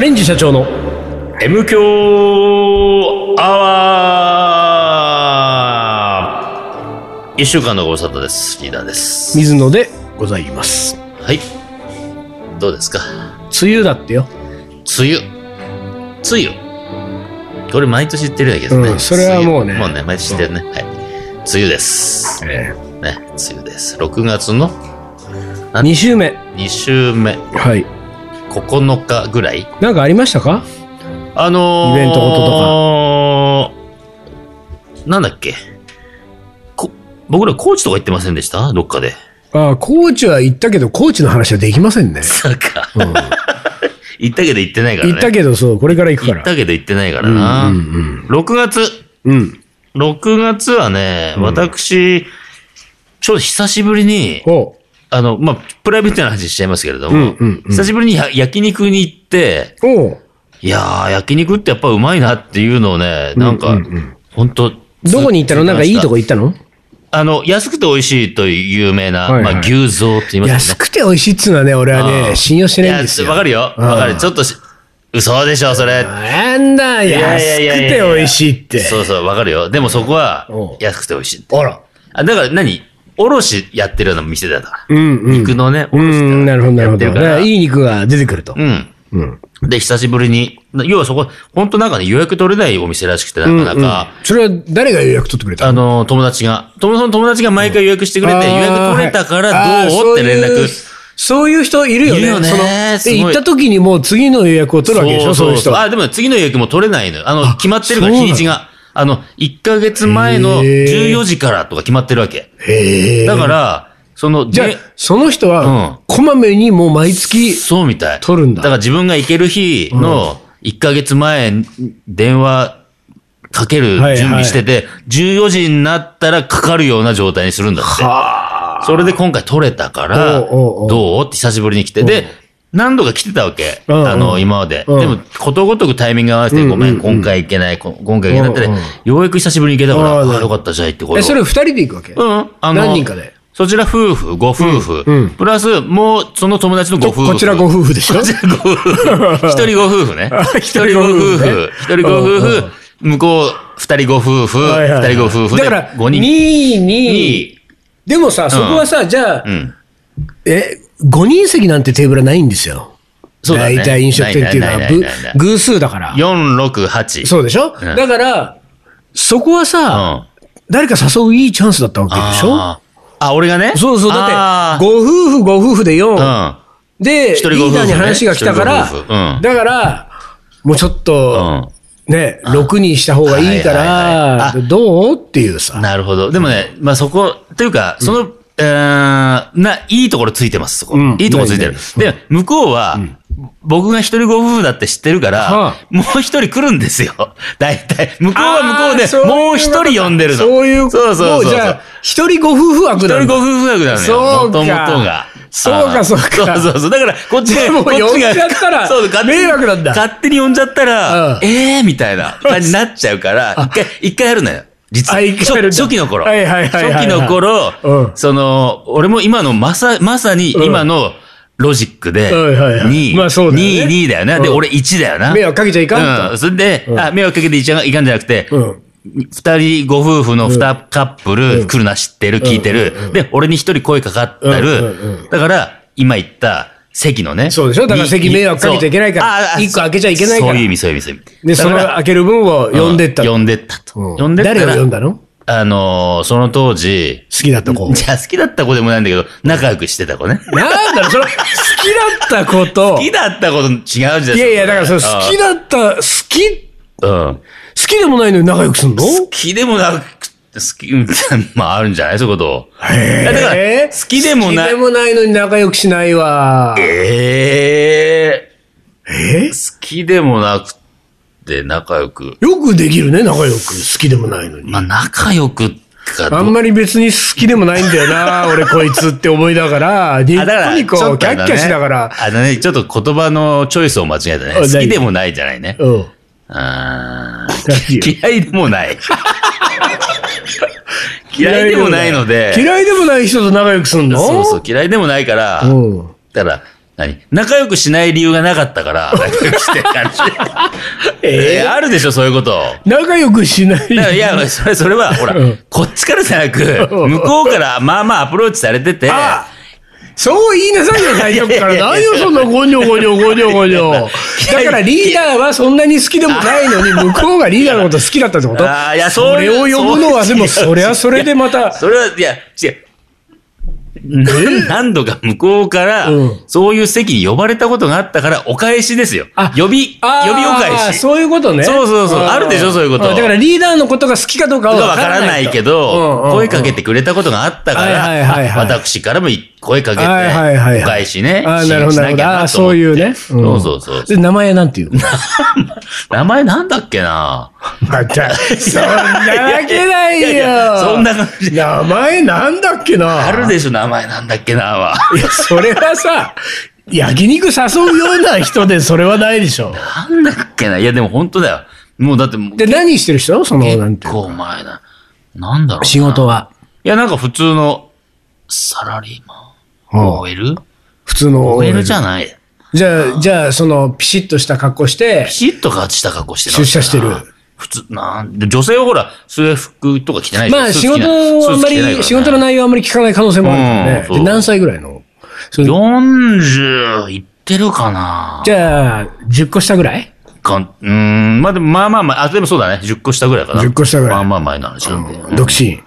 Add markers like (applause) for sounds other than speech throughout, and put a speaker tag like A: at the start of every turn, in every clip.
A: レンジ社長の
B: M 強アワー一週間のご無沙汰です。リーダーです。
A: 水野でございます。
B: はい。どうですか
A: 梅雨だってよ。
B: 梅雨。梅雨。これ毎年言ってるんやけどね。
A: うんそれはもうね
B: 梅雨もうね、毎年言ってるね。はい。梅雨です。ね、
A: え
B: 梅雨です。6月の
A: え、2週目。
B: 2週目、
A: はい。
B: 9日ぐらい
A: なんかありましたか
B: あの
A: イ
B: ー、
A: ベントごと
B: とか。なんだっけこ僕らコーチとか行ってませんでしたどっかで。
A: ああ、高知は行ったけど、高知の話はできませんね。
B: なんか、
A: うん
B: (laughs) 行ったけど行ってないからね。
A: 行ったけど、そう、これから行くか
B: 行
A: ら
B: っ。たけど行ってないからな。
A: うんうん
B: 6月、
A: うん。うん。
B: 6月はね、私、ちょっと久しぶりに、
A: おう
B: あの、まあ、プライベートな話しちゃいますけれども、
A: うんうんうん
B: 久しぶりにや焼肉に行って、
A: おう
B: いやー、焼肉ってやっぱうまいなっていうのをね、なんか、
A: うんうんうん
B: ほんと、
A: どこに行ったのなんかいいとこ
B: 行
A: 行ったの
B: あの、安くて美味しいという有名な、
A: はいはい
B: まあ、牛蔵って言います
A: 安
B: よね。
A: くて美味しいっつうのはね、俺は
B: う
A: ね、信用してないんですよ。
B: いやわかるよ。わ
A: うん
B: かる。ちょっとし、嘘でしょ、それ。
A: なんだ、安くて美味しいって。
B: そうそう、わかるよ。でもそこは
A: うん、
B: 安くて美味しい。
A: あら。
B: あ、だから何おろしやってるような店だから。
A: うんうん。
B: 肉のね、お
A: う
B: ろしって
A: ん、なるほど、なるほど。
B: やっ
A: だ
B: て
A: か
B: から
A: らいい肉が出てくると。
B: う
A: うん。
B: ん。で、久しぶりに、要はそこ、本当なんかね、予約取れないお店らしくて、なかなか、
A: それは誰が予約取ってくれた
B: あの、友達が、友その友達が毎回予約してくれて、
A: あー
B: 予約取れたから
A: はい
B: どうって連
A: あーそういう
B: 絡。
A: そういう人いるよね。
B: いるよね
A: その
B: すご
A: で、
B: い
A: 行った時にもう次の予約を取るわけでしょ、そういう人は。
B: あ、でも次の予約も取れないのよ。あの、決まってるから、
A: そうなの
B: 日にちが。あの、1ヶ月前の
A: へー
B: 14時からとか決まってるわけ。
A: へえ。
B: だから、その、
A: じゃあ
B: で、
A: その人
B: うん
A: は、こまめにもう毎月、
B: そうみたい。
A: 取るんだ
B: だから自分が行ける日の1ヶ月前、電話かける
A: はいはい
B: 準備してて、14時になったらかかるような状態にするんだって。
A: はあ
B: それで今回取れたから、
A: おうおうおう
B: どうって久しぶりに来て。で、何度か来てたわけ。
A: うんうん
B: あの、今まで。
A: うん
B: でも、ことごとくタイミングが合わせて、ごめん、今回行けない、こ今回行けないって
A: うんうん
B: ね、ようやく久しぶりに行けたから、
A: あー
B: ああよかったじゃあ行ってこよ
A: え、
B: う。
A: それ二人で行くわけ
B: うん、あの、
A: 何人かで
B: そちら夫婦、ご夫婦、
A: うんうん
B: プラス、もう、その友達のご夫婦。
A: こちらご夫婦で
B: (laughs)
A: しょ。
B: こちらご夫婦。一人ご夫婦ね一人ご夫婦。一人ご夫
A: うんう
B: 婦。向こう、二人ご夫婦。
A: はいはい
B: 二人ご夫婦で。
A: だから、
B: 五人。
A: 2、2
B: に。
A: でもさ、そこはさ、じゃあ
B: う、ん。
A: え、5人席なんてテーブルはないんですよ。
B: そうだね
A: 大体飲食店っていうのは
B: ないないないないない、
A: ぶ偶数だから。
B: 四六八。
A: そうでしょ、
B: うん
A: だから、そこは
B: うん。
A: さ、
B: あ
A: 誰か誘ういいチャンスだったわけでしょ
B: ーあ、俺がね。
A: そうそう。だ
B: あ
A: って、
B: ー
A: ご夫婦ご夫婦で4、
B: うん。
A: で、
B: 一人
A: リ
B: ご夫婦ね
A: ーダーに話が来たから、
B: 一人ご夫婦うん
A: だから、もうちょっと、ね、6にした方がいいか
B: はいはい
A: ら
B: は、い
A: どうっていうさ。
B: なるほど。でもね、まあそこ、というか、その、えーな、いいところついてます、そこ。
A: うん
B: いいところついてる
A: ない。
B: で、向こうは、僕が一人ご夫婦だって知ってるから、
A: はあ
B: もう一人来るんですよ。大体。向こうは
A: あー
B: 向こ
A: そうい
B: で、もう一人呼んでるの。
A: そういうこと。
B: そうそうそう
A: も
B: そう。
A: じゃあ、一人ご夫婦枠
B: 一
A: な
B: 人
A: ん
B: ご
A: だ。
B: 夫婦役なのよ。
A: そう
B: も
A: か
B: ともとが。
A: そうか
B: あー
A: そうか
B: そうそうそう。だから、こっち
A: で
B: が、
A: も
B: こっち
A: 呼ん
B: が
A: じゃったら
B: そう、勝手に
A: 迷惑なんだ
B: 勝手に呼んじゃった
A: うん
B: ら、ええーみたいな感じになっちゃうから、一回、一回やるのよ。実
A: あ
B: は。
A: 一回やるんだ
B: 初初期の頃。
A: はいはいはいはいはい
B: 初期の頃、
A: うん
B: その、俺も今の、まさ、まさに今の、ロジック
A: は
B: で、
A: いはいはい
B: 2、
A: まあそうだよね
B: 2、2だよな。で、
A: うん
B: 俺1だよな。
A: 迷惑かけちゃいかんと
B: うん。それで、あ、迷惑かけていちゃいかんじゃなくて、
A: うん。
B: 二人ご夫婦の二カップル来るな知ってる、聞いてる。で、俺に一人声かかって
A: うんうん
B: る。だから、今言った席のね。
A: そうでしょだから
B: に
A: 席迷惑かけちゃいけないから
B: そうああ
A: 一個開けちゃいけないから
B: そういう意味、そういう意味、そういう意味。
A: で、その
B: だから
A: 開ける分を呼んでった
B: う
A: と。
B: 呼んでったと。
A: うん
B: 呼んでったら
A: 誰が呼んだの好
B: あのー、その当時、
A: きだった
B: (laughs)
A: 子。
B: じゃあ好きだった子でもないんだけど、仲良くしてた子ね。
A: なんだろう、その、好きだった子と、 (laughs)
B: 好きだった子と違うじゃん。
A: いやいや、だからその好きだった、好き、
B: だ。うん。
A: 好きでもないのに仲良くすんの
B: 好きでもなくて、好き、うん (laughs) まああるんじゃないそういうこと。
A: へー
B: だから好きでもない
A: 好きでもないのに仲良くしないわ。
B: え
A: え
B: え好きでもなくて仲良く。
A: よくできるね、仲良く。好きでもないのに。
B: まあ仲良くかど
A: あんまり別に好きでもないんだよ
B: (laughs)
A: な、俺こいつって思いながら、ニ
B: あだから
A: ッコニコ、
B: ちょっ
A: キ
B: とあ
A: ャ
B: れ
A: ッ
B: だね
A: キャしながら、
B: あのね、ちょっと言葉のチョイスを間違えたね。
A: あ何
B: 好きでもないじゃないね。
A: うん。
B: あ
A: 何よ
B: ー嫌いでもない。嫌いでもないので。
A: 嫌いでもない人と仲良くすんの
B: そうそう、嫌いでもないから、
A: うん。
B: だから、何仲良くしない理由がなかったから、 (laughs) 仲良くしてる感じ。え
A: え
B: ーあるでしょ、そういうこと。
A: ー仲良くしない。
B: だからいや、それ、それは、ほら、こっちからじゃなく、
A: うん
B: 向こうから、まあまあアプローチされてて、
A: あそう言いなさいよ、最初から。
B: (laughs)
A: 何よ、そんなゴニョゴニョゴニョゴニョ。だからリーダーはそんなに好きでもないのに、向こうがリーダーのこと好きだったってこと
B: (laughs) あーいや
A: そ
B: そう
A: れを呼ぶのは、
B: そ
A: で
B: う
A: も、それはそれでま
B: (laughs)
A: た、
B: それは、いや、違う。何何度か向こうから
A: うん、
B: そういう席に呼ばれたことがあったから、お返しですよ。
A: あ
B: 呼び、呼びお
A: あー
B: 返し。
A: そういうことね。
B: そうそうそうんあるでしょそういうこと
A: んだからリーダーのことが好きかどうか
B: が
A: は
B: わからないけど、声かけ
A: て。
B: てくれたことがあったか
A: はいはいはい
B: ら、
A: はい
B: 私からも声かけて、
A: はいはいはいはい
B: お返しね。
A: あーなるほど、
B: し
A: なるほ
B: なき
A: ど。
B: ゃ
A: あー
B: なと
A: そ
B: 思っ
A: う
B: て
A: いうね。
B: そうそうそう。
A: で、名前なんて
B: (laughs)
A: いうの (laughs)
B: 名前なんだっけな
A: また、そんなわけない
B: いや
A: よ。
B: そんな感じ。
A: 名前なんだっけな。
B: あるでしょ、名前なんだっけなは。
A: いや、それはさ、焼肉誘うような人でそれはないでしょ。
B: なんだっけないや、でも本当だよ。もうだってもう、
A: で、何してる人その、なんてい
B: 結
A: うの。
B: 構前だ。なんだろうな。
A: 仕事は。
B: いや、なんか普通のサラリーマン。
A: うん
B: OL?OL
A: 普通の。
B: じゃない。
A: じゃあ、じゃあ、その、ピシッとした格好して
B: ピ、シッと勝ちた格好してな
A: 出社してる。
B: 普通、なんで、女性はほら、制服とか着てないでしょ
A: まあ、
B: ス
A: 仕
B: ーツ着
A: 事
B: ない
A: をあんま
B: スーツ着てないから
A: り、
B: ね
A: 仕事の内容はあんまり聞かない可能性もあるから
B: うん
A: ね。
B: そう
A: で、何歳ぐらいのそれ
B: 40いってるかな
A: じゃあ、10個下ぐらい
B: かうーん、まあでも、まあまあまあ、あ、でもそうだね。10個下ぐらいかな。
A: 10個下ぐらい
B: まあまあ前の話なんで。
A: 独身。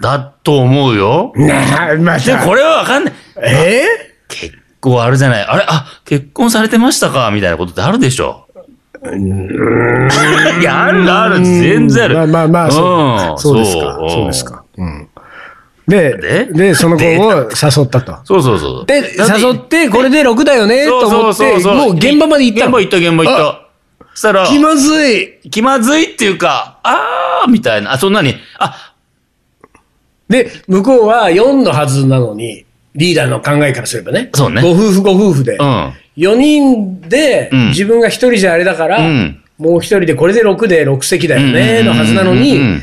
B: だと思うよ。
A: なあ、ま
B: で、これはわかんない。
A: え
B: 結構あるじゃない。あれあ、結婚されてましたかみたいなことってあるでしょ。いや、あるある。全然ある。
A: まあまあまあ、
B: ん
A: そうですか。そうです。か。うん。で、で、その子を誘ったと。
B: そうそうそう。
A: で、
B: だて
A: 誘って、これで6だよね、と思って、もう現場まで行った
B: 現場
A: の。
B: 行った、現場行った。そしたら、
A: 気まずい。
B: 気まずいっていうか、あーみたいな。あ、そんなに、あ、
A: で、向こうは4のはずなのに、リーダーの考えからすればね。
B: そうね
A: ご夫婦ご夫婦で。
B: うん。
A: 4人で
B: うん、
A: 自分が1人じゃあれだから、
B: うん
A: もう1人で、これで6で6席だよね、のはずなの
B: う
A: に
B: ん、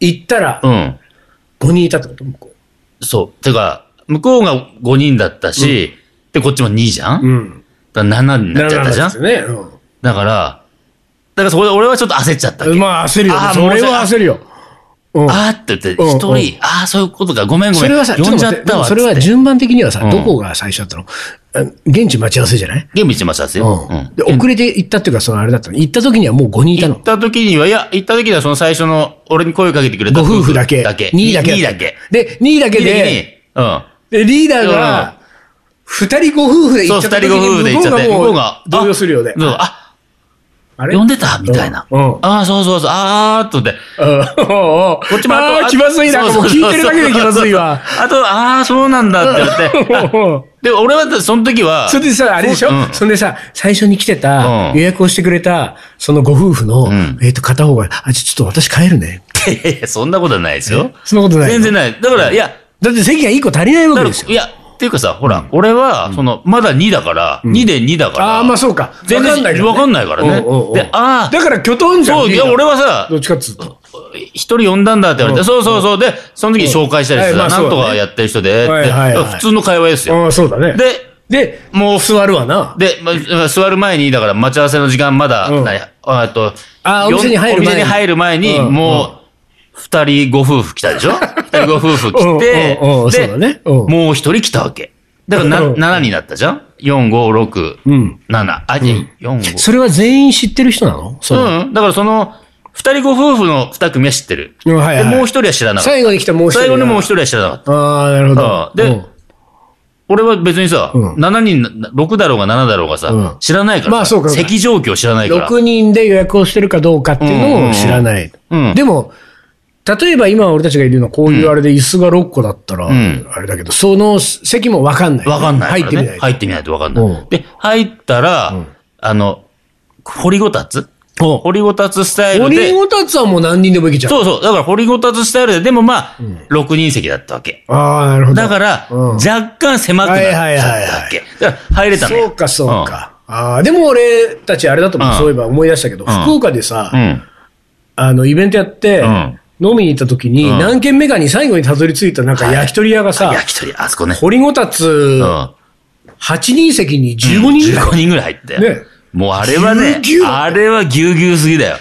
A: 行ったら
B: う、ん。
A: 5人いたってこと向こ
B: そう。てか、向こうが5人だったし、で、こっちも2じゃ
A: う。うんん。
B: だから7になっちゃったじゃ
A: なんらなんですよね。うん
B: だから、だからそこで俺はちょっと焦っちゃったわけ。
A: まあ、焦るよ
B: あ。ー
A: それは焦るよ。うん
B: あーって言って、
A: うん
B: 一人、ああ、そういうことか、ごめんご
A: そ
B: めん。
A: れはさ、ちょっ
B: 呼
A: と
B: んじ
A: 待
B: ゃ
A: っ、
B: って
A: で
B: た
A: も
B: わ。
A: それは順番的にはさ
B: う、ん
A: どこが最初だったのあ現地待ち合わせじゃない
B: ゲーム一番したんですよ。うん
A: で、遅れて行ったっていうか、そのあれだったの。行った時にはもう5人いた
B: 行
A: の
B: っ。た時には、いや、行った時にはその最初の、俺に声かけてくれた
A: ご夫婦だけ。
B: だけ。
A: 2位だけ。
B: 2だけ。。
A: で、2位だけ
B: 的
A: で、
B: に、うん。
A: で、リーダーが、2人ご夫婦で行
B: そう、
A: っちゃ
B: 二
A: った時
B: 人ご夫婦で
A: に、
B: 行っちゃって、
A: 向
B: 向
A: こ
B: こ
A: う
B: う
A: が
B: が
A: も、う動揺するよね
B: あ。そうあ、
A: あれ
B: 呼んでたみたいな。
A: うんうん
B: ああ、そうそうそう、ああ、とで。
A: うんこ
B: こっちもあと
A: あー気まずいな。
B: そ
A: も
B: うそううそう
A: 聞いてるだけで気まずいわ。
B: あと、ああ、そうなんだって
A: (laughs)
B: 言って。
A: うん
B: で、俺はその時は、
A: それでさ、あれでしょ、
B: うん
A: そんでさ、最初に来てた、
B: うん
A: 予約をしてくれた、そのご夫婦の、
B: ん
A: えっ、と、片方が、あ、ちょっと私帰るね。
B: いやいやそんなことはないですよ。
A: そんなことない。
B: 全然ない。だから、いや、
A: だって席が1個足りないわけ
B: だから、
A: ですよ。
B: いや、っていうかさ、ほら、俺は、その、まだ2だから、2で2だから。
A: ああー、まあそうか。
B: 全然わかんないからね
A: うんうんうん
B: であー
A: だから、巨トンじゃん。
B: そう、いや、俺はさ、
A: どっちかっつうと。
B: 一人呼んだんだって言われ
A: うん
B: て、そうそうそう。で、その時紹介したりして
A: うんは
B: さ、
A: いまあ
B: なん
A: そ
B: と
A: うだ
B: か
A: ね
B: やってる人で、って
A: はいはいはい
B: 普通の会話ですよ。
A: ああ、そうだね。で、
B: で、
A: もう座るわな。
B: で、まま座る前に、だから待ち合わせの時間まだ、
A: うん
B: なにあえっと、
A: あーお店に入る前に
B: お店に入る前に、
A: うん
B: もう、二人ご夫婦来たでし
A: (laughs)
B: ょ二人ご夫婦来て
A: うんうんうん、そうだね
B: で、
A: うん
B: もう一人来たわけ。だからな、
A: うん
B: 7になったじゃん ?4、5、
A: うん
B: 6、7。あ、じゃあ4、5。
A: それは全員知ってる人なのその、
B: うん。だからその、二人ご夫婦の二組は知ってる。
A: うんはいはい
B: で、もう一人は知らなかった。
A: 最後に来たもう一人は
B: 最後にもう一人は知らなかった。
A: ああ、なるほど。
B: うんで
A: うん
B: 俺は別にさ、
A: うん
B: 7人、6だろうが7だろうがさ、
A: うん
B: 知らないからさ。
A: まあそうか
B: 席状況知らないから。
A: 6人で予約をしてるかどうかっていうのを知らない。
B: うんうん
A: でも、例えば今俺たちがいるのはこういうあれで椅子が6個だったら、
B: ん
A: あれだけど、その席もわかんない。
B: わかんな
A: 入
B: い
A: っ
B: か
A: て
B: ら
A: み
B: ね。
A: ない。
B: 入ってみないとわかんな
A: う
B: い
A: ん。
B: で、入ったら、あの、掘りごたつ
A: うん
B: 掘りごたつスタイル
A: オリ
B: で
A: ン。ゴタツはもう何人でもいけちゃう。
B: そうそう。だから掘りごたつスタイルで、でもまあ、6人席だったわけ。
A: ああ、なるほど。
B: だから、
A: うん
B: 若干狭くなっちゃったわけ。だから入れたのよ
A: そうか、そう。か。ああ、でも俺たちあれだと思う。
B: うん
A: そういえば思い出したけど、
B: ん
A: 福岡でさ、
B: うんうん。
A: あの、イベントやって、
B: うん
A: 飲みに行った時に、
B: うん
A: 何軒目かに最後にたどり着いたなんか焼き鳥屋がさ、
B: 焼き鳥、あそこね。
A: 掘りごたつ
B: うん。
A: 8人席に15人ぐらい。
B: 15人ぐらい入って。
A: ね
B: もうあれはね
A: ぎゅうぎゅう、
B: あれはぎゅうぎゅうすぎだよ。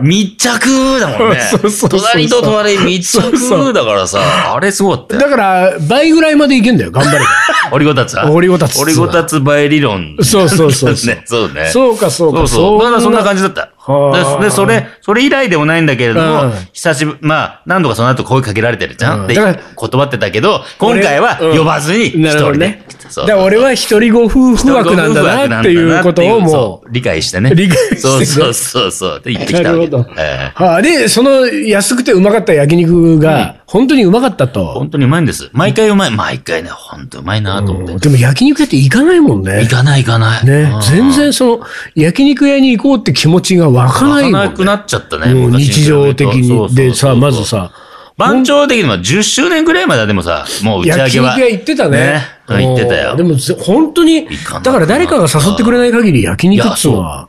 B: 密着だもんね
A: (laughs) そうそうそう。そう
B: 隣と隣密着だからさ、あれすごかったよ。
A: だから、倍ぐらいまでいけんだよ、頑張れば。
B: オリゴタツは
A: オリゴタツは
B: オリゴタツ倍理論。
A: そうそうそうそう。
B: ね、 (laughs) そうね。
A: そうか、そう
B: そう
A: か、
B: そう。まだそんな感じだった
A: は。あ
B: で、でそれ、それ以来でもないんだけれど
A: うん
B: も、久しぶり、まあ、何度かその後声かけられてるじゃ
A: うん
B: ん。で、
A: だから
B: 断ってたけど、 (laughs) 今回は
A: 俺うん
B: 呼ばずに、一
A: なるほど
B: 人で
A: ね。。
B: そう
A: だから俺は一人ご夫婦枠なんだなっていうことをも
B: う。理解してね。
A: 理解してね
B: そうそうそうそう。で、言って
A: う。
B: きた
A: なる
B: わ
A: ほ
B: け。
A: ど。
B: ええ
A: はあ、で、その安くてうまかった焼肉が、本当にうまかったと。
B: 本当にうまいんです。毎回うまい。毎回ね、本当うまいなと思っ
A: で
B: て。
A: も焼肉屋って行かないもんね
B: 行。かない行かない。
A: ね
B: う。ん
A: 全然その、焼肉屋に行こうって気持ちが湧かないも
B: 湧かなんく
A: ね。
B: なっちゃったね。
A: もう
B: 昔
A: 日
B: に比べ
A: 常
B: る
A: 的
B: とそうそう
A: に。
B: そう
A: でさ、まずさ、
B: 番長的には10周年ぐらいまではでもさ、もう打ち上
A: 焼
B: げ
A: 肉
B: は。
A: 屋行ってたね。
B: うん行ってたよ
A: で。もぜ本当に
B: 行かな、い
A: だから誰かが誘ってくれない限り焼肉っつうの
B: い
A: は。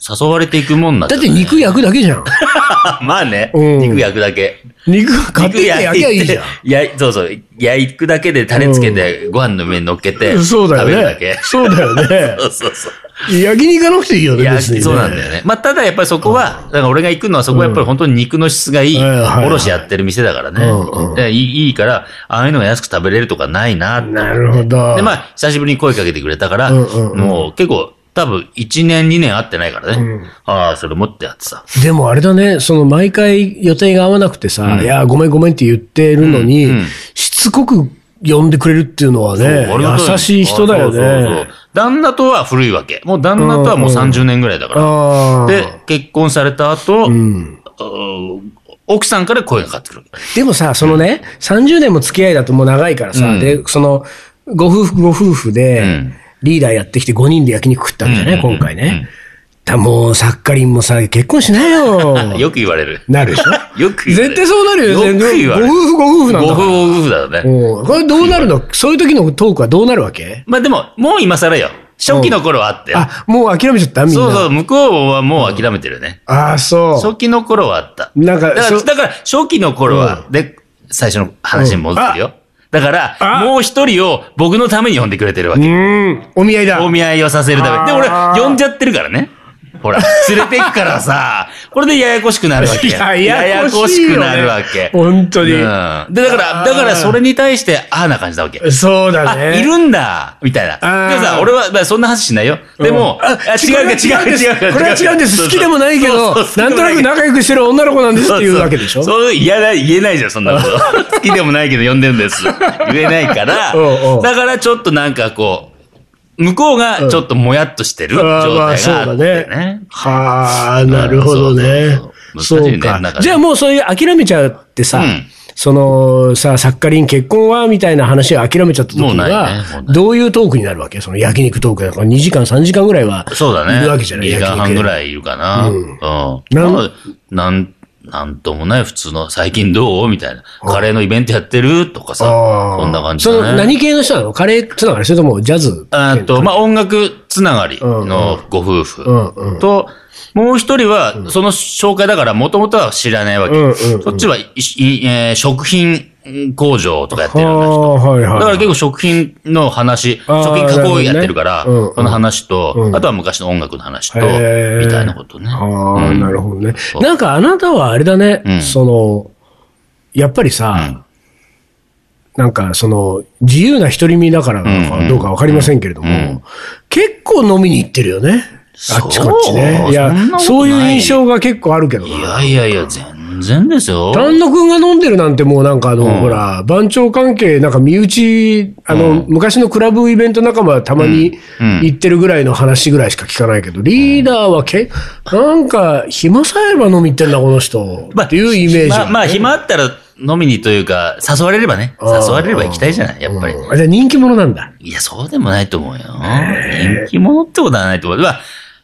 B: 誘われていくもんなん
A: だ
B: だ
A: っ
B: よ
A: て
B: ね
A: 肉焼くだけじゃん。
B: (laughs) まあね。
A: うん
B: 肉焼くだけ。
A: 肉買ってきて焼きゃいいじゃん。
B: 肉焼いて。や、そうそう。焼くだけでタレつけて、ご飯の上に乗っけて。
A: そうだよ
B: 食べる
A: ね
B: だけ。。 (laughs)
A: そうだよね
B: そ。うそうそう。
A: 焼肉行かなくていいよ
B: い
A: ね、
B: や、
A: 別にね。
B: そうなんだよね。まあ、ただやっぱりそこは、だから俺が行くのはそこはやっぱり本当に肉の質がいい、
A: うんはいはいはい
B: おろしやってる店だからね。
A: うんうん
B: でいいいいから、ああいうのが安く食べれるとかないなって
A: なるほど。
B: で、まあ、久しぶりに声かけてくれたから、
A: うんうんうん
B: もう結構、多分1年2年会ってないからね。
A: うん
B: ああ、それ持ってやってさ。
A: でもあれだね、その毎回予定が合わなくてさ、いや、ごめんごめんって言ってるのに、
B: うんうん
A: しつこく呼んでくれるっていうのはね、
B: そうありがた
A: 優しい人だよね。
B: そうそうそう旦那とは古いわけ。もう旦那とはもう30年ぐらいだか
A: あ
B: ら。
A: ー
B: で、結婚された後、
A: ん
B: あー奥さんから声がかかってくる。
A: でもさ、そのね、30年も付き合いだともう長いからさ、
B: うん
A: で、その、ご夫婦ご夫婦で
B: うん、
A: リーダーやってきて5人で焼肉食ったんだよね、
B: うんうんうん
A: 今回ね。だもう、サッカリンもさ、結婚しな
B: (laughs)
A: よ。
B: よく言われる。
A: なるでしょ
B: (laughs) よく言わ
A: 絶
B: れる
A: 対そうなるよ、
B: よく言われる
A: ご夫婦ご夫婦なんだ
B: ご
A: から。
B: 夫婦だね。
A: うんこれどうなるのそういう時のトークはどうなるわけ
B: まあでも、もう今更よ。初期の頃はあって。
A: あ、もう諦めちゃったみんな。
B: そうそう、向こうはもう諦めてるね。
A: ああ、そう。
B: 初期の頃はあった。
A: なんか
B: だから、
A: そ
B: だから初期の頃は、で、最初の話に戻ってるよ。だから、
A: あ
B: もう一人を僕のために呼んでくれてるわ
A: う
B: け。
A: ん。お見合いだ。
B: お見合いをさせるために。で、俺
A: あ、ー
B: 呼んじゃってるからね。ほら、連れてくからさ、これでややこしくなるわけ。
A: い (laughs) やややこしいよね
B: ややこしくなるわけ。
A: 本当に
B: うんで、だから、
A: あー
B: だからそれに対して、ああな感じなわけ。
A: そうだ
B: あ、
A: ね。
B: いるんだみたいな。
A: あー
B: でもさ、俺は、まあそんな話しないよ。でも、
A: あ
B: あ違うか違うか違うか。
A: これは違うんです。
B: そ
A: 好
B: う
A: きでもないけど、
B: そうそう
A: なんとなく仲良くしてる女の子なんですっていうわけでしょ
B: そうそう、言えない、言えないじゃん、そんなこと。
A: (laughs)
B: 好きでもないけど呼んでるんです。言えないから
A: うんうん、
B: だからちょっとなんかこう、向こうがちょっともやっとしてる状
A: あーまあ
B: 態
A: そう
B: があ
A: だ
B: って
A: ね
B: ね。。
A: はあ、なるほどね
B: う。んそ
A: そ
B: うそうそう難
A: う
B: しいねなん
A: か
B: か。ね
A: じゃあもうそういう諦めちゃってさ
B: うん、
A: そのさ、サッカリン結婚はみたいな話を諦めちゃった時
B: もうないねも
A: は
B: うな、い
A: どういうトークになるわけその焼肉トークだから2時間3時間ぐらいは。
B: そうだね。
A: いるわけじゃない
B: 2時間半ぐ
A: い。
B: らいいるかな。うん。うん。
A: なん
B: なん、なんともない普通の、最近どうみたいな。カレーのイベントやってるとかさ。
A: あー
B: そんな感じ
A: その
B: だね。
A: 何系の人なのカレーつながりそれともジャズ
B: あと、まあ、音楽つながりのご夫
A: うん
B: 婦と、もう一人は、その紹介だから、もともとは知らないわけ
A: うんうんう。ん
B: そっちはいいえー食品工場とかやってるような人
A: はあはいはい。
B: だから結構食品の話、
A: あー
B: 食品加工やってるから、
A: なるほどねうんうん
B: その話と、
A: うん
B: あとは昔の音楽の話と、
A: へー
B: みたいなことね。
A: ああ、
B: うん
A: なるほどね。
B: う
A: なんかあなたはあれだね、
B: うん
A: その、やっぱりさ、なんかその、自由な独り身だからなの
B: うんう
A: か
B: ん
A: どうかわかりませんけれども、
B: うん
A: 結構飲みに行ってるよね。あっちこっちね
B: そ。う
A: いや
B: そんなことな、い
A: そういう印象が結構あるけど
B: い
A: な。
B: やいやいや、全然ですよ。
A: 丹野くんが飲んでるなんてもうなんかあの、
B: ん
A: ほら、番長関係、なんか身内、あの、昔のクラブイベント仲間はたまに
B: うんうん
A: 行ってるぐらいの話ぐらいしか聞かないけど、リーダーはけ、なんか、暇さえあれば飲み行ってんだ、この人。っていうイメージ。
B: まあ、まあ、暇あったら飲みにというか、誘われればね。
A: あー
B: 誘われれば行きたいじゃない、やっぱり。
A: あじゃあ人気者なんだ。
B: いや、そうでもないと思うよ。人気者ってことはないと思う。まあ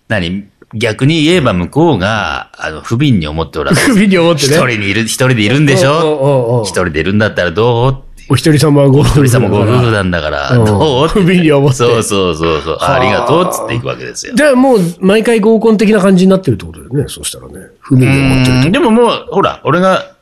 B: 何逆に言えば向こうが、あの、不憫に思っておらず、
A: 首に思って
B: 一
A: ね。
B: 人にいる、一人でいるんでしょ
A: おうおうおう
B: 一人でいるんだったらどう
A: お一人様はご夫婦
B: 鳥
A: だ
B: さん
A: か
B: も
A: ら。
B: ご夫婦なんだから、
A: うん
B: どうって
A: 不憫に思って
B: そうそうそうそう。あありがとうっつっていくわけですよ。
A: じゃあもう、毎回合コン的な感じになってるってことだよね、そうしたらね。不憫に思ってる。
B: うんでももう、ほら、俺が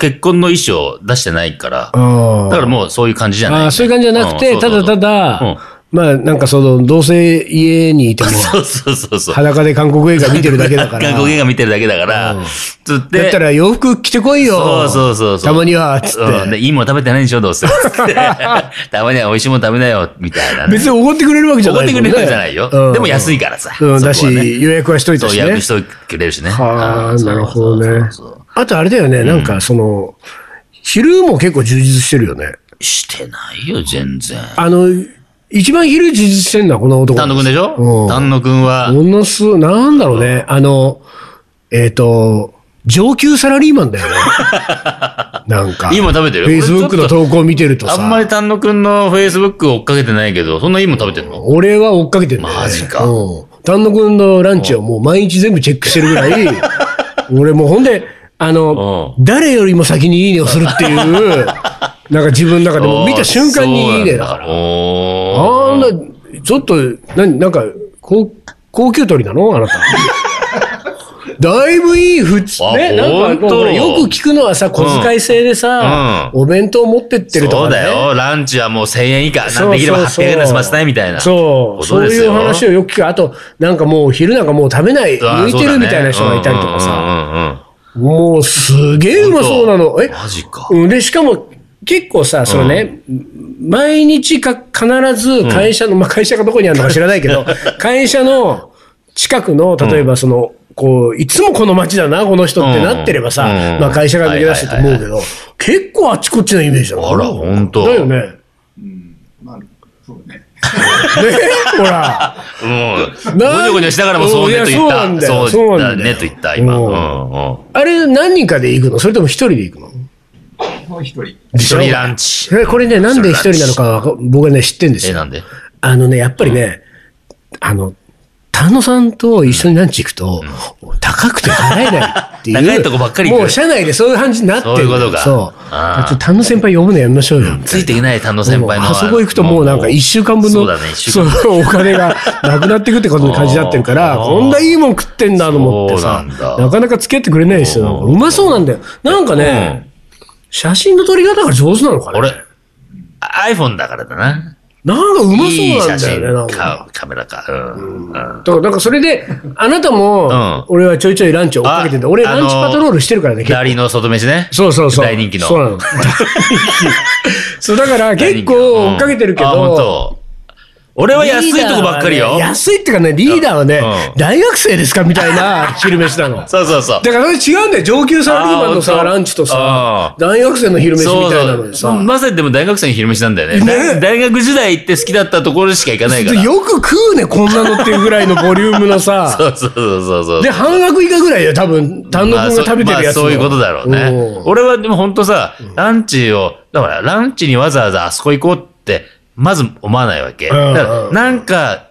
B: 結婚の意思を出してないから、だ
A: ああ
B: からもうそういう感じじゃない。
A: ああ、そういう感じじゃなくて、
B: ん
A: ただた、
B: そうそうそう
A: だ、まあ、なんかその、どうせ家にいても、
B: (laughs) そうそうそうそう。
A: 裸で韓国映画見てるだけだから。
B: 韓国映画見てるだけだから、
A: うん
B: つって。
A: だったら洋服着てこいよ。
B: そうそうそうそう
A: たまには、つっ
B: うん、
A: て。
B: でいいもん食べてないんでしょ、どう
A: (laughs)
B: せ。つってたまには美味しいもん食べなよ、みたいなね、
A: 別におごってくれるわけじゃ
B: 奢
A: な
B: っ
A: い
B: て
A: も
B: く
A: んね、
B: れるわけじゃないよ。でも安い
A: か
B: からさ。
A: うん、
B: そ
A: だ
B: こはね
A: し、予約はしといた
B: そう、
A: し
B: 予
A: ね
B: 約し。といてくれるしね。
A: はあ、
B: うん
A: なるほどね
B: そうそうそう。
A: あとあれだよね、なんかその、昼も結構充実してるよね。
B: してないよ、全然。
A: あの、一番昼充実してんのはこの男。
B: 丹野くんでし
A: う
B: ょ
A: ん
B: 丹野くんは、
A: ものすごい、なんだろうね。あの、えっ、と、上級サラリーマン
B: (laughs)
A: だよね。なんか。
B: いいもん食べてる
A: フェイスブックの投稿見てると
B: あ
A: さ。
B: んまり丹野くんのフェイスブック追っかけてないけど、そんないいもん食べてんの
A: 俺は追っかけてるんだよ、ね。
B: マジか
A: うん。丹野くんのランチをもう毎日全部チェックしてるぐらい、 (laughs) 俺もうほんで、あの、誰よりも先にいいねをする
B: (laughs)
A: っていう、なんか自分の中でも見た瞬間にいいねだから。
B: ら。おー
A: あんな、ちょっと、なに、なんか、高、高級鳥なのあな
B: (laughs)
A: た。だいぶいい普通。
B: あ
A: ね、なん
B: 本
A: か、
B: 当
A: ほらよく聞くのはさ、小遣い制でさ、
B: う
A: お弁当持ってってると
B: そ
A: か、
B: う
A: ね。
B: だよ。ランチはもう1000円以下。
A: そうそうそう。
B: なんできれば800円で済ませたいみたいな。
A: そう。
B: こと
A: そう
B: です
A: い
B: よ
A: う話をよく聞く。あと、なんかもう昼なんかもう食べない、
B: あ
A: 抜
B: ー
A: い
B: そう
A: て
B: だ
A: る
B: ね
A: みたいな人がいたりとかさ。
B: うんうんうんうん
A: もうすげえうまそうなの。え
B: マジか。
A: うん、で、しかも、結構さ、そのね、毎日か、必ず会社の、まあ、会社がどこにあるのか知らないけ
B: (laughs)
A: ど、会社の近くの、例えばその、こう、いつもこの街だな、この人ってなってればさ、
B: うんうん
A: まあ、会社が抜け出してと思うけど、結構あっちこっちのイメージだもん
B: あら、ほんと。
A: だよ。ね。 (laughs) ね、ほら。
B: うん。
A: な
B: ご
A: ん
B: にょごにょしながらもそうねと言
A: いやそう
B: っ
A: なんだ
B: た。
A: よ
B: そう
A: そうな
B: だ
A: んだよ
B: ねと言った、今。
A: う
B: うんんうん。
A: あれ、何人かで行くのそれとも一人で行くの
C: もう一人。
B: 一人ラ
A: (laughs)
B: ンチ。
A: えこれね、なんで一人なのかは僕はね、知ってんです
B: え、
A: よ。
B: なんで
A: あのね、やっぱりね、あの、丹野さんと一緒にランチ行くと、高くて払えないっていう。
B: 高いとこばっかり行く
A: もう社内でそういう感じになってる。
B: そういうことか
A: そう。
B: あ
A: だ
B: ー
A: からちょっと丹野先輩呼ぶのやめましょうよ。
B: ついていけない、丹野先輩の。
A: あそこ行くともうなんか一週間分
B: そ
A: の
B: うだね、一週
A: そ
B: 間
A: うお金がなくなってくってことに感じになってるから、
B: あー
A: こんないいもん食ってんだと思ってさ、
B: そうなんだ
A: なかなか付き合ってくれないですよ。なんかうまそうなんだよ。なんかね、写真の撮り方が上手なのかね。
B: 俺、iPhone だからだな。
A: なんかうまそう
B: いい
A: な
B: 写
A: んだよね、なん
B: 真
A: か。
B: か、カメラか。うん。うん
A: だから、なんかそれで、あなたも、
B: うん
A: 俺はちょいちょいランチを追っかけてんだ。
B: あ
A: 俺、
B: あ
A: ラ
B: の
A: ンチパトロールしてるからね、結構
B: ダリの外飯ね。
A: そうそうそう。
B: 大人気の。
A: そうなの。
B: (laughs)
A: 大人気そう、だから結構追っかけてるけ
B: うんあ本
A: ど、
B: 当俺は安いとこばっか
A: リ
B: りよ
A: ーダーはね。安いっていうかね、リーダーはね
B: う、ん
A: 大学生ですかみたいな昼飯
B: (laughs)
A: なの。だ
B: そうそうそう。
A: からそれ違うんだよ。上級サラリーマンの
B: あ
A: さ、
B: 本当
A: ランチとさ
B: あ、
A: 大学生の昼飯みたいなので
B: そ
A: さ
B: う。まさにでも大学生の昼飯なんだよね。
A: ね
B: 大大学時代行って好きだったところしか行かないから。
A: よく食うね、こんなのっていうぐらいのボリュームのさ。
B: (laughs) そうそうそうそうそう。
A: で、半額以下ぐらいだよ、多分、丹野
B: まあ
A: 君が食べてるやつ
B: そ
A: の、
B: うまあそういうことだろうね。
A: うん
B: 俺はでも本当さ、ランチを、だからランチにわざわざあそこ行こうって、まず思わないわけ。
A: う
B: だ
A: んうん
B: からなんか、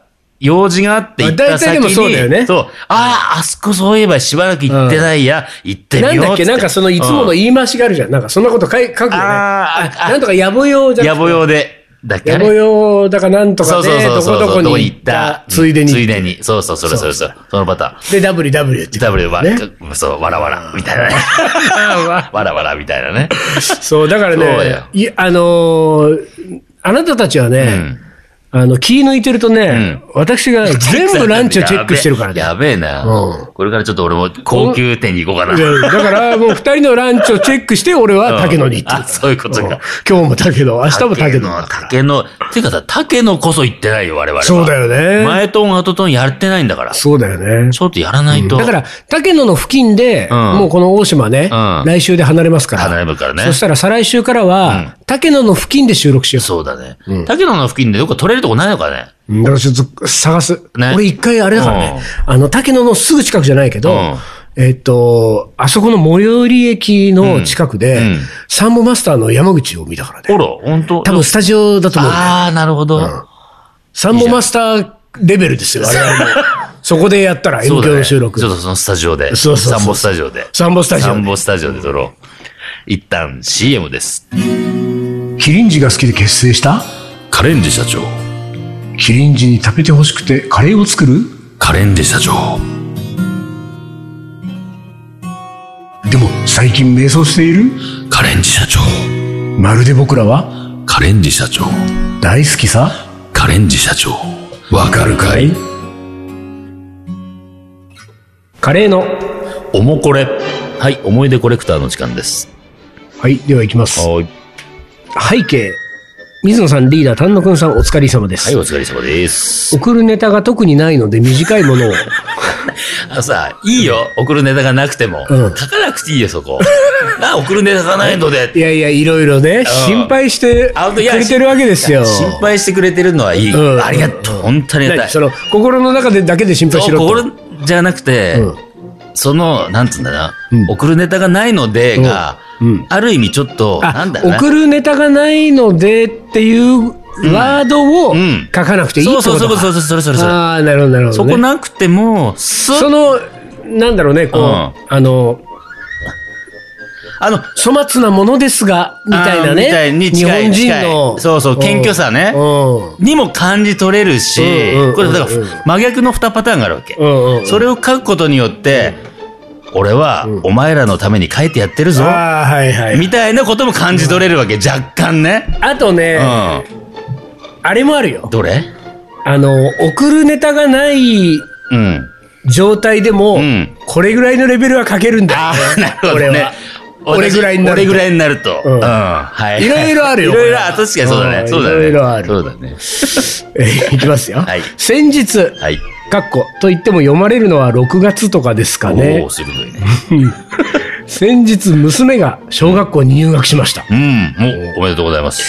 B: 用事があって行っ
A: まあ
B: た
A: 大体
B: 先
A: でも
B: に、
A: そうだよね
B: そうああ、あそこそういえばしばらく行ってないや、行ってみよ
A: な
B: うっ
A: ん
B: つ
A: だっけなんかそのいつもの
B: うん
A: 言い回しがあるじゃん。なんかそんなこと書い書くよね。
B: あーあ
A: あなんとかやぼようじゃ
B: 野
A: なく。
B: 暮用で、だってけあ
A: や
B: れ
A: ぼようだかなんと
B: そ
A: か
B: うそう
A: で、
B: そ
A: ど
B: うそ
A: こ
B: う、
A: どこ
B: どこ
A: に
B: に
A: 行
B: 行
A: っ
B: ったた。。
A: ついでに。
B: ついでに。そうそう、それそれそれ。そのパターン。
A: で、WW って。
B: W は、
A: ね。
B: うんそう、わらわら、みたい
A: (laughs)
B: なね。わらわら、みたいなね。
A: そう、だから
B: そう
A: ね
B: よ、
A: いあのーあなたたちは
B: う
A: ね、
B: ん。
A: あの、気抜いてるとね、私が全部ランチをチェックしてるからね。
B: やべえな、
A: うん
B: これからちょっと俺も高級店に行こうか
A: い
B: な。
A: やだから、もう二人のランチをチェックして、俺は竹野に行ってるから
B: あ (laughs) そういうことか
A: ん今日も竹野、明日も竹野だから。
B: 竹野。てかさ、竹野こそ行ってないよ、我々は。
A: そうだよね
B: 前トーン、後トーンやってないんだから。ち
A: そうだよね。
B: ょっとやらないと。
A: だから、竹野の付近で、
B: うん
A: もうこの大島ね、
B: うん
A: 来週で離れますから。
B: 離れるからね
A: そしたら再来週からは、竹野の付近で収録しよう。
B: そうだね、竹野の付近でどっか取れるとこないのかね。
A: うんだからちょっと探す。
B: ね
A: 俺一回あれだからね、あの、竹野のすぐ近くじゃないけど、
B: うん
A: えっと、あそこの最寄り駅の近くで、
B: うんうん
A: サンボマスターの山口を見たからね。
B: ほら、ほんと。
A: 多分スタジオだと思う。
B: ああ、なるほど。
A: サンボマスターレベルですよ、我々も。そこでやったら、
B: そ
A: 遠
B: うだ
A: 距
B: ね
A: の収録
B: ちょ。っとそのスタジオで。
A: そうそうそう
B: サンボスタジオで。
A: サンボスタジ
B: サ
A: オ
B: ン
A: で。
B: ボスタジオで撮ろう。一旦 CM です。
A: キリンジが好きで結成した
B: カレンジ社長。
A: キリンジに食べてほしくてカレーを作る
B: カレンジ社長。
A: でも最近迷走している
B: カレンジ社長。
A: まるで僕らは
B: カレンジ社長。
A: 大好きさ
B: カレンジ社長、わかるかい
A: カレーの。
B: おもこれ。はい、思い出コレクターの時間です。
A: はい、では行きます。
B: はい。
A: 背景。水野さんリーダー、丹野くんさんお疲れ様です。
B: はい、お疲れ様です。
A: 送るネタが特にないので (laughs) 短いものを。
B: あのさ、いいよ、送るネタがなくても。
A: うん
B: 書かなくていいよ、そこ。 (laughs) な、送るネタがないので。
A: いやいや、いろいろね、心配して
B: あ
A: く
B: いや
A: れてるわけですよ。
B: 心配してくれてるのはいい。
A: うん
B: ありがとう。本当にありが
A: 何
B: た
A: そ
B: い。
A: の、心の中でだけで心配し
B: そう、
A: ろと。
B: これじゃなくて、
A: うん
B: その、なんつうんだろうな、
A: うん
B: 送るネタがないのでが、
A: うんうん
B: ある意味ちょっと、
A: あ
B: なんだろうな。
A: 送るネタがないのでっていうワードを
B: うん
A: 書かなくていいって
B: そ
A: こ
B: う
A: とか
B: そうそう、そうそう、それそれそれ。
A: ああ、なるほど、なるほど、
B: そ
A: ね。
B: こなくても、す
A: その、なんだろうね、こう、
B: うん
A: あの、
B: あの、
A: 粗末なものですが、みたいなね。
B: あーみたいに近い
A: 日本人
B: 近
A: の。
B: いそうそう謙虚さね
A: うん。
B: にも感じ取れるし、
A: うんうん
B: これだか
A: うん
B: ら真逆の2パターンがあるわけ。
A: うんうんうん
B: それを書くことによって、俺はお前らのために書いてやってるぞ、
A: ああ、はいはい。
B: みたいなことも感じ取れるわけ、若干ね。
A: あとね、
B: う
A: あれもあるよ
B: ん。。どれ
A: あの、送るネタがない
B: うん。
A: 状態でも、
B: うん
A: これぐらいのレベルは書けるんだよ
B: ああ、 (laughs) なるほど
A: 俺
B: ね
A: は。俺ぐらいになる
B: 俺ぐらいになると。
A: うん
B: うん。はい。
A: いろいろあるよ
B: (laughs) いろいろ、
A: これは
B: あ確かにそうだ
A: う
B: ね。
A: ん
B: そうだね。
A: いろいろある
B: そうだね。
A: えーいきますよ。
B: はい
A: 先日、
B: はい。
A: かっこと言っても読まれるのは6月とかですか
B: お
A: ね
B: お、。鋭いね。
A: 先日、娘が小学校に入学しました。
B: うん。おおめでとうございます。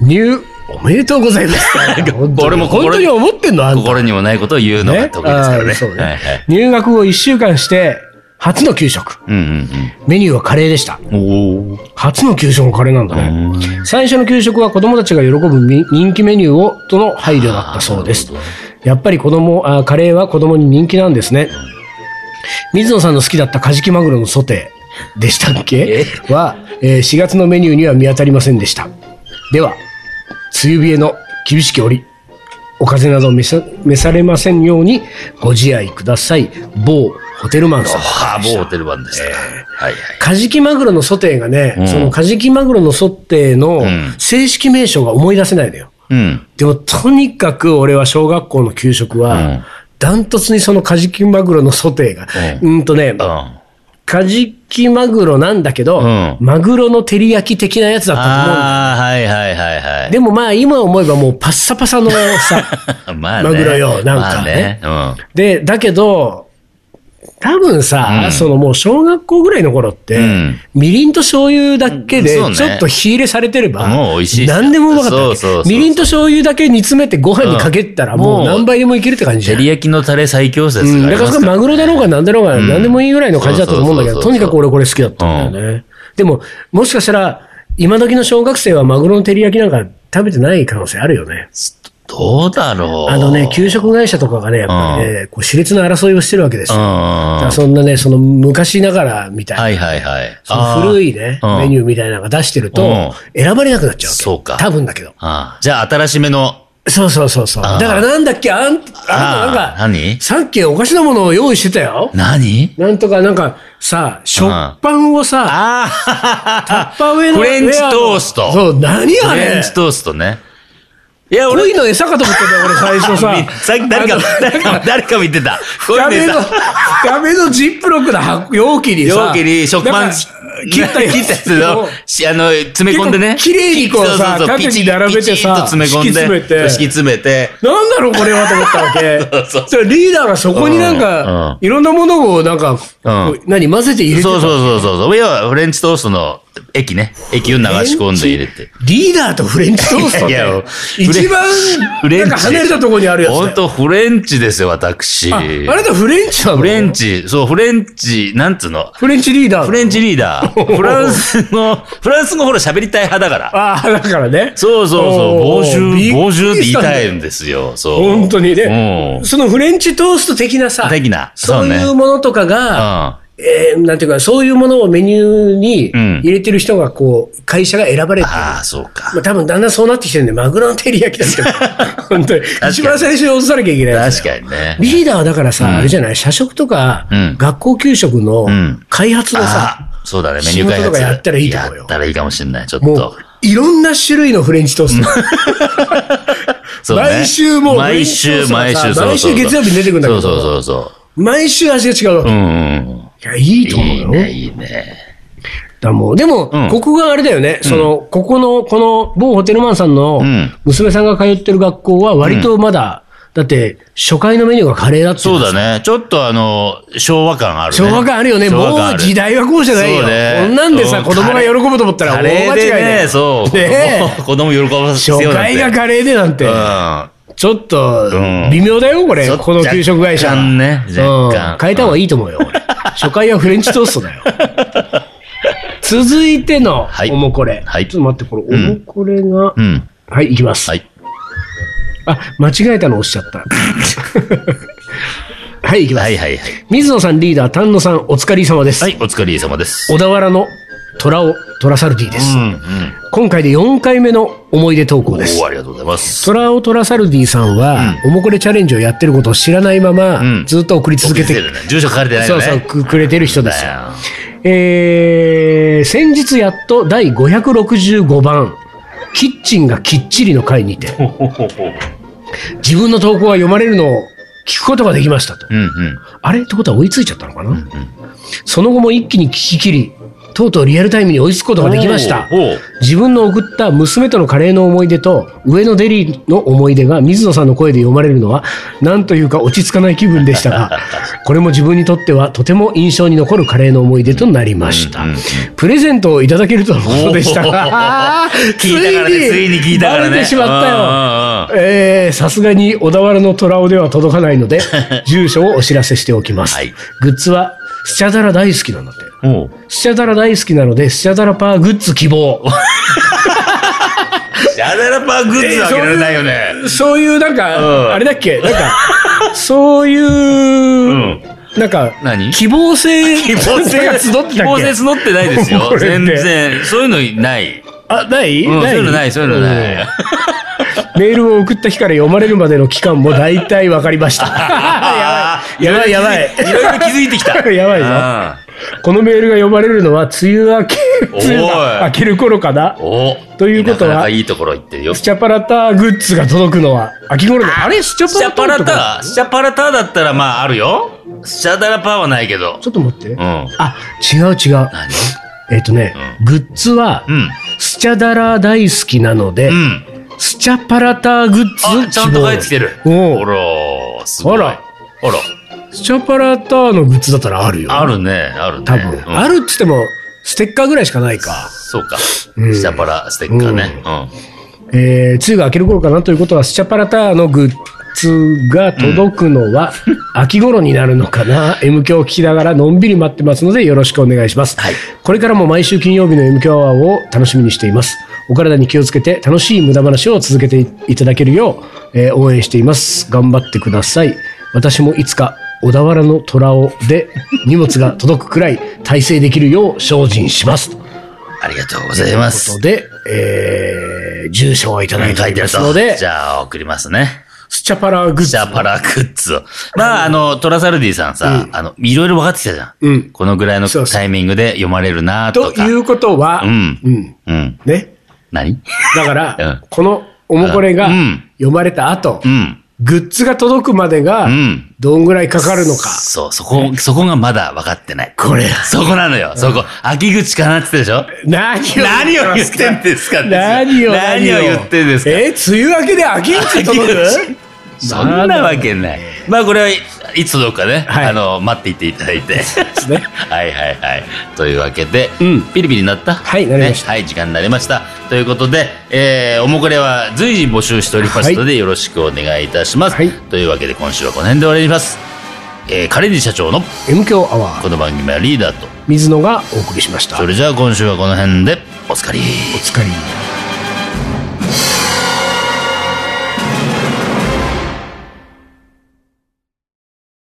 A: 入、おめでとうございます。本当に
B: (laughs) 俺も心
A: 本当に思ってんのあんた。
B: 心にもないことを言うのが得意ですからね。
A: あーそうね
B: はいはい。
A: 入学後1週間して、初の給食。
B: うん
A: メニューはカレーでした。
B: うんうん。おー
A: 初の給食もカレーなんだね。最初の給食は子供たちが喜ぶみ人気メニューをとの配慮だったそうです
B: あーなる。
A: やっぱり子供あ、カレーは子供に人気なんですね。水野さんの好きだったカジキマグロのソテーでしたっけは、えー4月のメニューには見当たりませんでした。では、梅雨冷えの厳しき折、お風邪など召さ召されませんようにご自愛ください。某ホテルマンさん。
B: はあ、某ホテル版でした。はいはい。
A: カジキマグロのソテーがね、
B: うん
A: そのカジキマグロのソテーの
B: ん
A: 正式名称が思い出せないのよ。
B: うん。
A: でも、とにかく俺は小学校の給食
B: うん
A: は、ダントツにそのカジキマグロのソテーが、う
B: うん
A: とね、カジキマグロなんだけど、
B: うん
A: マグロの照り焼き的なやつだったと思うんだ
B: ああ、はいはいはいは
A: でもまあ今思えばもうパッサパサの
B: (laughs)
A: さ、
B: い。 (laughs) まあね。
A: マグロよなんかね
B: まあね。
A: で、だけど、多分さ、
B: うん
A: そのもう小学校ぐらいの頃って、
B: うん
A: みりんと醤油だけで、ち
B: そ
A: ょ
B: うね
A: っと火入れされてれば、
B: もう美味しいっすよ
A: 何でもうまかったわけ
B: そうそうそう
A: みりんと醤油だけ煮詰めてご飯にかけたら、
B: うん
A: もう何倍でもいけるって感じじ
B: 照
A: ゃん。
B: り焼きのタレ最強説
A: うん、
B: が
A: だ
B: あり
A: か
B: ま
A: ら
B: す
A: それマグロだろうが何だろうが
B: ん
A: 何でもいいぐらいの感じだったと思うんだけど、
B: そう
A: と
B: そうそう
A: に
B: そう
A: かく俺これ好きだったんだよね。でも、もしかしたら、今時の小学生はマグロの照り焼きなんか食べてない可能性あるよね。
B: どうだろう。
A: あのね、給食会社とかがね、やっぱりね、こう熾烈な争いをしてるわけです
B: うん。
A: よ。だから
B: は
A: そんなね、その昔ながらみたいな、
B: いはいはい。
A: その古
B: い。
A: いね、
B: うん
A: メニューみたいなのが出してると、選ばれなくなっちゃうわけ。
B: そうか
A: 多分だけど。
B: あーじゃあ、新しめの。
A: そうそうそうそう。
B: あー
A: だからなんだっけ、あん、あんなん
B: あ
A: か
B: あ、、何
A: さっきおかしなものを用意してたよ。
B: 何
A: なんとかなんか、さ、食パンをさ、
B: あ
A: タッパーウェアの
B: フレンチトース
A: ウェ
B: ト
A: アのそう、何
B: あ
A: あ
B: フ
A: れ
B: レンチトーストね。いや、俺。
A: 鯉の餌かと思ってたよ、俺最初さ
B: (laughs) さっき誰か
A: あの、
B: 誰か、誰か見てた。こういう
A: 画面
B: ね
A: の
B: さ、、
A: 画面のジップロックの箱容器にさ。
B: 容器に食パ
A: な
B: ン
A: んか
B: 切った
A: やつ
B: 切ったやつの
A: を、
B: しあの、詰め込んでね。
A: 結構綺麗にこうさ
B: そうそうそう
A: 縦に
B: ピチ
A: 並べてさ
B: ピチッと詰め込んで、
A: 敷き詰めて
B: そう敷き詰めて。
A: なんだろう、これはと思ったわけ。
B: (laughs) そうそう
A: それリーダーがそこになんか、いろんなものをなんか、こう何、混ぜて入れてた
B: そうそうそうそうそう。要は、フレンチトーストの液ね。液を流し込んで入れて。
A: リーダーとフレンチトーストって
B: いやいや、
A: 一番
B: フ、
A: な
B: レン
A: ん
B: チ
A: か離れたところにあるやつだよ。
B: 本当フレンチですよ、私。
A: あ、あなたフレンチなの
B: フレンチ、そう、フレンチ、なんつうの
A: フレンチリーダー。
B: フレンチリー
A: (laughs)
B: ダー。フランス語、フランス語ほら喋りたい派だから。
A: ああ、だからね。
B: そうそうそう。
A: お
B: ボ
A: ー
B: ー
A: び
B: ジュ、ボー
A: く
B: ジュって
A: りし
B: 言い
A: たん
B: た
A: だよ
B: いんですよ。そう。
A: 本当にね
B: う。ん。
A: そのフレンチトースト的なさ、
B: 的な
A: そうい
B: そううね
A: ものとかが、えーなんていうか、そういうものをメニューに
B: うん
A: 入れてる人が、こう、会社が選ばれてる。
B: ああ、そうか
A: まあ。多分だんだんそうなってきてるんで、マグロの照り焼き
B: (laughs)
A: だけど、本当に。
B: に
A: 一番最初に落とさなきゃいけないやつ
B: 確
A: だよ。
B: かにね。
A: リーダーはだからさ、あれじゃない、社食とか、
B: うん
A: 学校給食の
B: ん
A: 開発のさ、
B: ああ、そうだね。メニュー開
A: 仕事と
B: 発。
A: かやったらいいと思うよ
B: やったらいいかもしれない。ちょっ
A: もう
B: と。、
A: いろんな種類のフレンチトースト。
B: そうね
A: 毎週もう
B: 毎週、毎週、
A: 毎週月曜日に出てくんだけど
B: そうそうそうそ
A: 毎週味が違うわ
B: う。
A: け。
B: う
A: い
B: んうん
A: や、いい
B: うん。
A: と思う
B: いい
A: よ。
B: ね、いいね。
A: だもうでも、
B: うん
A: ここがあれだよね、その、ここの、この、某ホテルマンさんの
B: うん
A: 娘さんが通ってる学校は、割とまだ、だって、初回のメニューがカレーだって。
B: そうだね。ちょっとあの、昭和感あるね。
A: 昭和感あるよね。
B: 昭
A: も
B: 和感あ
A: う
B: る
A: 時代はこうじゃないよ。
B: そうね
A: こんなんでさ、
B: うん
A: 子供が喜ぶと思ったら大
B: カレー
A: 間違い
B: で
A: だ
B: ね、
A: よ。
B: そう。
A: ねえ
B: (laughs) 子供子供喜ばせよう
A: 初
B: なん
A: 回
B: て。
A: がカレーでなんて、ちょっと
B: ん、
A: 微妙だよ、これ。
B: ちょっと
A: この給食会社は。
B: 若干ね
A: うん
B: 若干
A: 変えた方がいいと思
B: (laughs)
A: うよ、俺初回はフレンチトーストだよ。続いての
B: はい、
A: おもこれ。
B: はい
A: ちょっと待って、これ、お
B: ん
A: もこれが、
B: うん。うん。
A: はい、いきます。
B: はい。
A: あ、間違えたの押しち
B: (laughs)
A: ゃった。はい、いきます。
B: はいはいはい。
A: 水野さんリーダー、丹野さん、お疲れ様です。
B: はい、お疲れ様です。
A: 小田原の虎を虎サルディです。
B: うんうん。
A: 今回で4回目の思い出投稿です
B: お。ーありがとうございます。
A: トラオトラサルディさんは、おもこれチャレンジをやってることを知らないまま、
B: うん
A: ずっと送り続けて、
B: るね。住所書かれてない
A: そ
B: よ
A: う
B: ね。
A: そう、くくれてる人ですよ。
B: だよ
A: えー、先日やっと第565番、キッチンがきっちりの回にて、自分の投稿が読まれるのを聞くことができましたと。
B: うんうん。
A: あれってことは追いついちゃったのかな、その後も一気に聞き切り、とうとうリアルタイムに追いつくことができました。
B: おーおー
A: 自分の送った娘とのカレーの思い出と上野デリーの思い出が水野さんの声で読まれるのはなんというか落ち着かない気分でした
B: (laughs)
A: がこれも自分にとってはとても印象に残るカレーの思い出となりました、
B: うんうんうん
A: プレゼントをいただけるとのことでしたが
B: (laughs) 聞いたからね、ついに聞いたからね。
A: バレてしまったよ、
B: よ。
A: えーさすがに小田原の虎尾では届かない
B: (laughs)
A: ので、住所をお知らせしておきます。
B: はい
A: グッズは、スチャダラ大好きなんだって。
B: おう
A: スチャダラ大好きなので、スチャダラパーグッズ希
B: (laughs)
A: 望。
B: シャダラパーグッズは開けられないよね。
A: そういう、なん
B: う
A: か、
B: ん
A: あれだっけなんか、そういう、
B: ん
A: なんか、
B: 何
A: 希望性、
B: (laughs) 希望性
A: が集ってたっけ
B: 希望性募ってないで
A: (laughs)
B: す
A: こ
B: よ。
A: れっ
B: 全
A: て
B: 然。そういうのない。
A: あ、ない、
B: うん、そういうのない、そういうの
A: うん
B: ない。
A: メールを送った日から読まれるまでの期間も大体わかりま
B: (laughs)
A: した。やばい、やばい、やばい。
B: いろいろ気づいてきた。
A: (laughs) やばいなこのメールが読まれるのは、梅雨明け、
B: おい
A: 梅雨が明ける頃かな
B: うん。。お
A: ということは
B: なかなかいいところ行ってるよ。
A: スチャパラターグッズが届くのは、秋頃の、あれスチ
B: スチャ
A: ャ
B: パ
A: パラ
B: ラ
A: ターとか
B: ター、スチャパラターだったらまああるよ。スチャダラパーはないけど。
A: ちょっと待って。
B: うん。
A: あ、違う違う。
B: 何
A: えっとね、グッズは、
B: うん。
A: スチャダラ大好きなので、
B: うん。
A: スチャパラターグッ
B: あ、
A: ズ
B: ちゃんと返ってきてる。
A: おう
B: ほら、すご
A: あ
B: い。
A: ら
B: あら。
A: スチャパラターのグッズだったらあるよ。
B: あ。るね、あるね。
A: 多分。
B: うん
A: あるっつっても、ステッカーぐらいしかないか。
B: そうか。
A: うん
B: スチャパラステッカーね。
A: えー、梅雨が明ける頃かなということは、スチャパラターのグッズが届くのは、秋頃になるのかな、M 響を聞きながらのんびり待ってますので、よろしくお願いします。
B: はい
A: これからも毎週金曜日の M 響アワーを楽しみにしています。お体に気をつけて、楽しい無駄話を続けていただけるよう、えー応援しています。頑張ってください。私もいつか、小田原の虎をで荷物が届くくらい体制できるよう精進します。と
B: うん。ありがとうござい
A: とい
B: ま
A: う
B: す
A: こ。とで、えー、住所をいただいて
B: 書
A: おり
B: いて
A: ま
B: る
A: すの
B: と。
A: で、
B: じゃあ、送りますね。
A: スチャパラグッズ
B: スチ。ャパラグッズを。まあ、あの、トラサルディさんさ、あの、いろいろ分かってきたじゃん。
A: うん
B: このぐらいの
A: そうそう
B: タイミングで読まれるなと
A: と
B: か。
A: いうことは、
B: うん
A: うん
B: うん。
A: ね。
B: 何
A: だから、
B: うん
A: このおもこれが
B: うん
A: 読まれた後、
B: うん。
A: グッズが届くまでが
B: うん、
A: どんぐらいかかるのか。
B: そう、そこ、そこがまだ分かってない。これそこなのよ。そこ。秋口かなって言ったでしょ
A: 何を
B: 何を言って
A: ん
B: んですか
A: 何を
B: 何を言ってんですか
A: え、梅雨明けで秋
B: (laughs)
A: 口届く
B: そんなわけない。まあこれはいつ届くかね、
A: はい
B: あの待っていていただいて。
A: すね
B: (laughs) はいはいはい。というわけで、
A: うん
B: ピリピリになった
A: はいなりました
B: ねはい、時間になりました。ということで、えーおもこれは随時募集しておりますので、よろしくお願いいたします。
A: はい
B: というわけで今週はこの辺で終わりにします。えー、カレンジ社長の
A: ?M 強アワー、
B: この番組はリーダーと、
A: 水野がお送りしました。
B: それじゃあ今週はこの辺でおつかり。
A: お疲れ。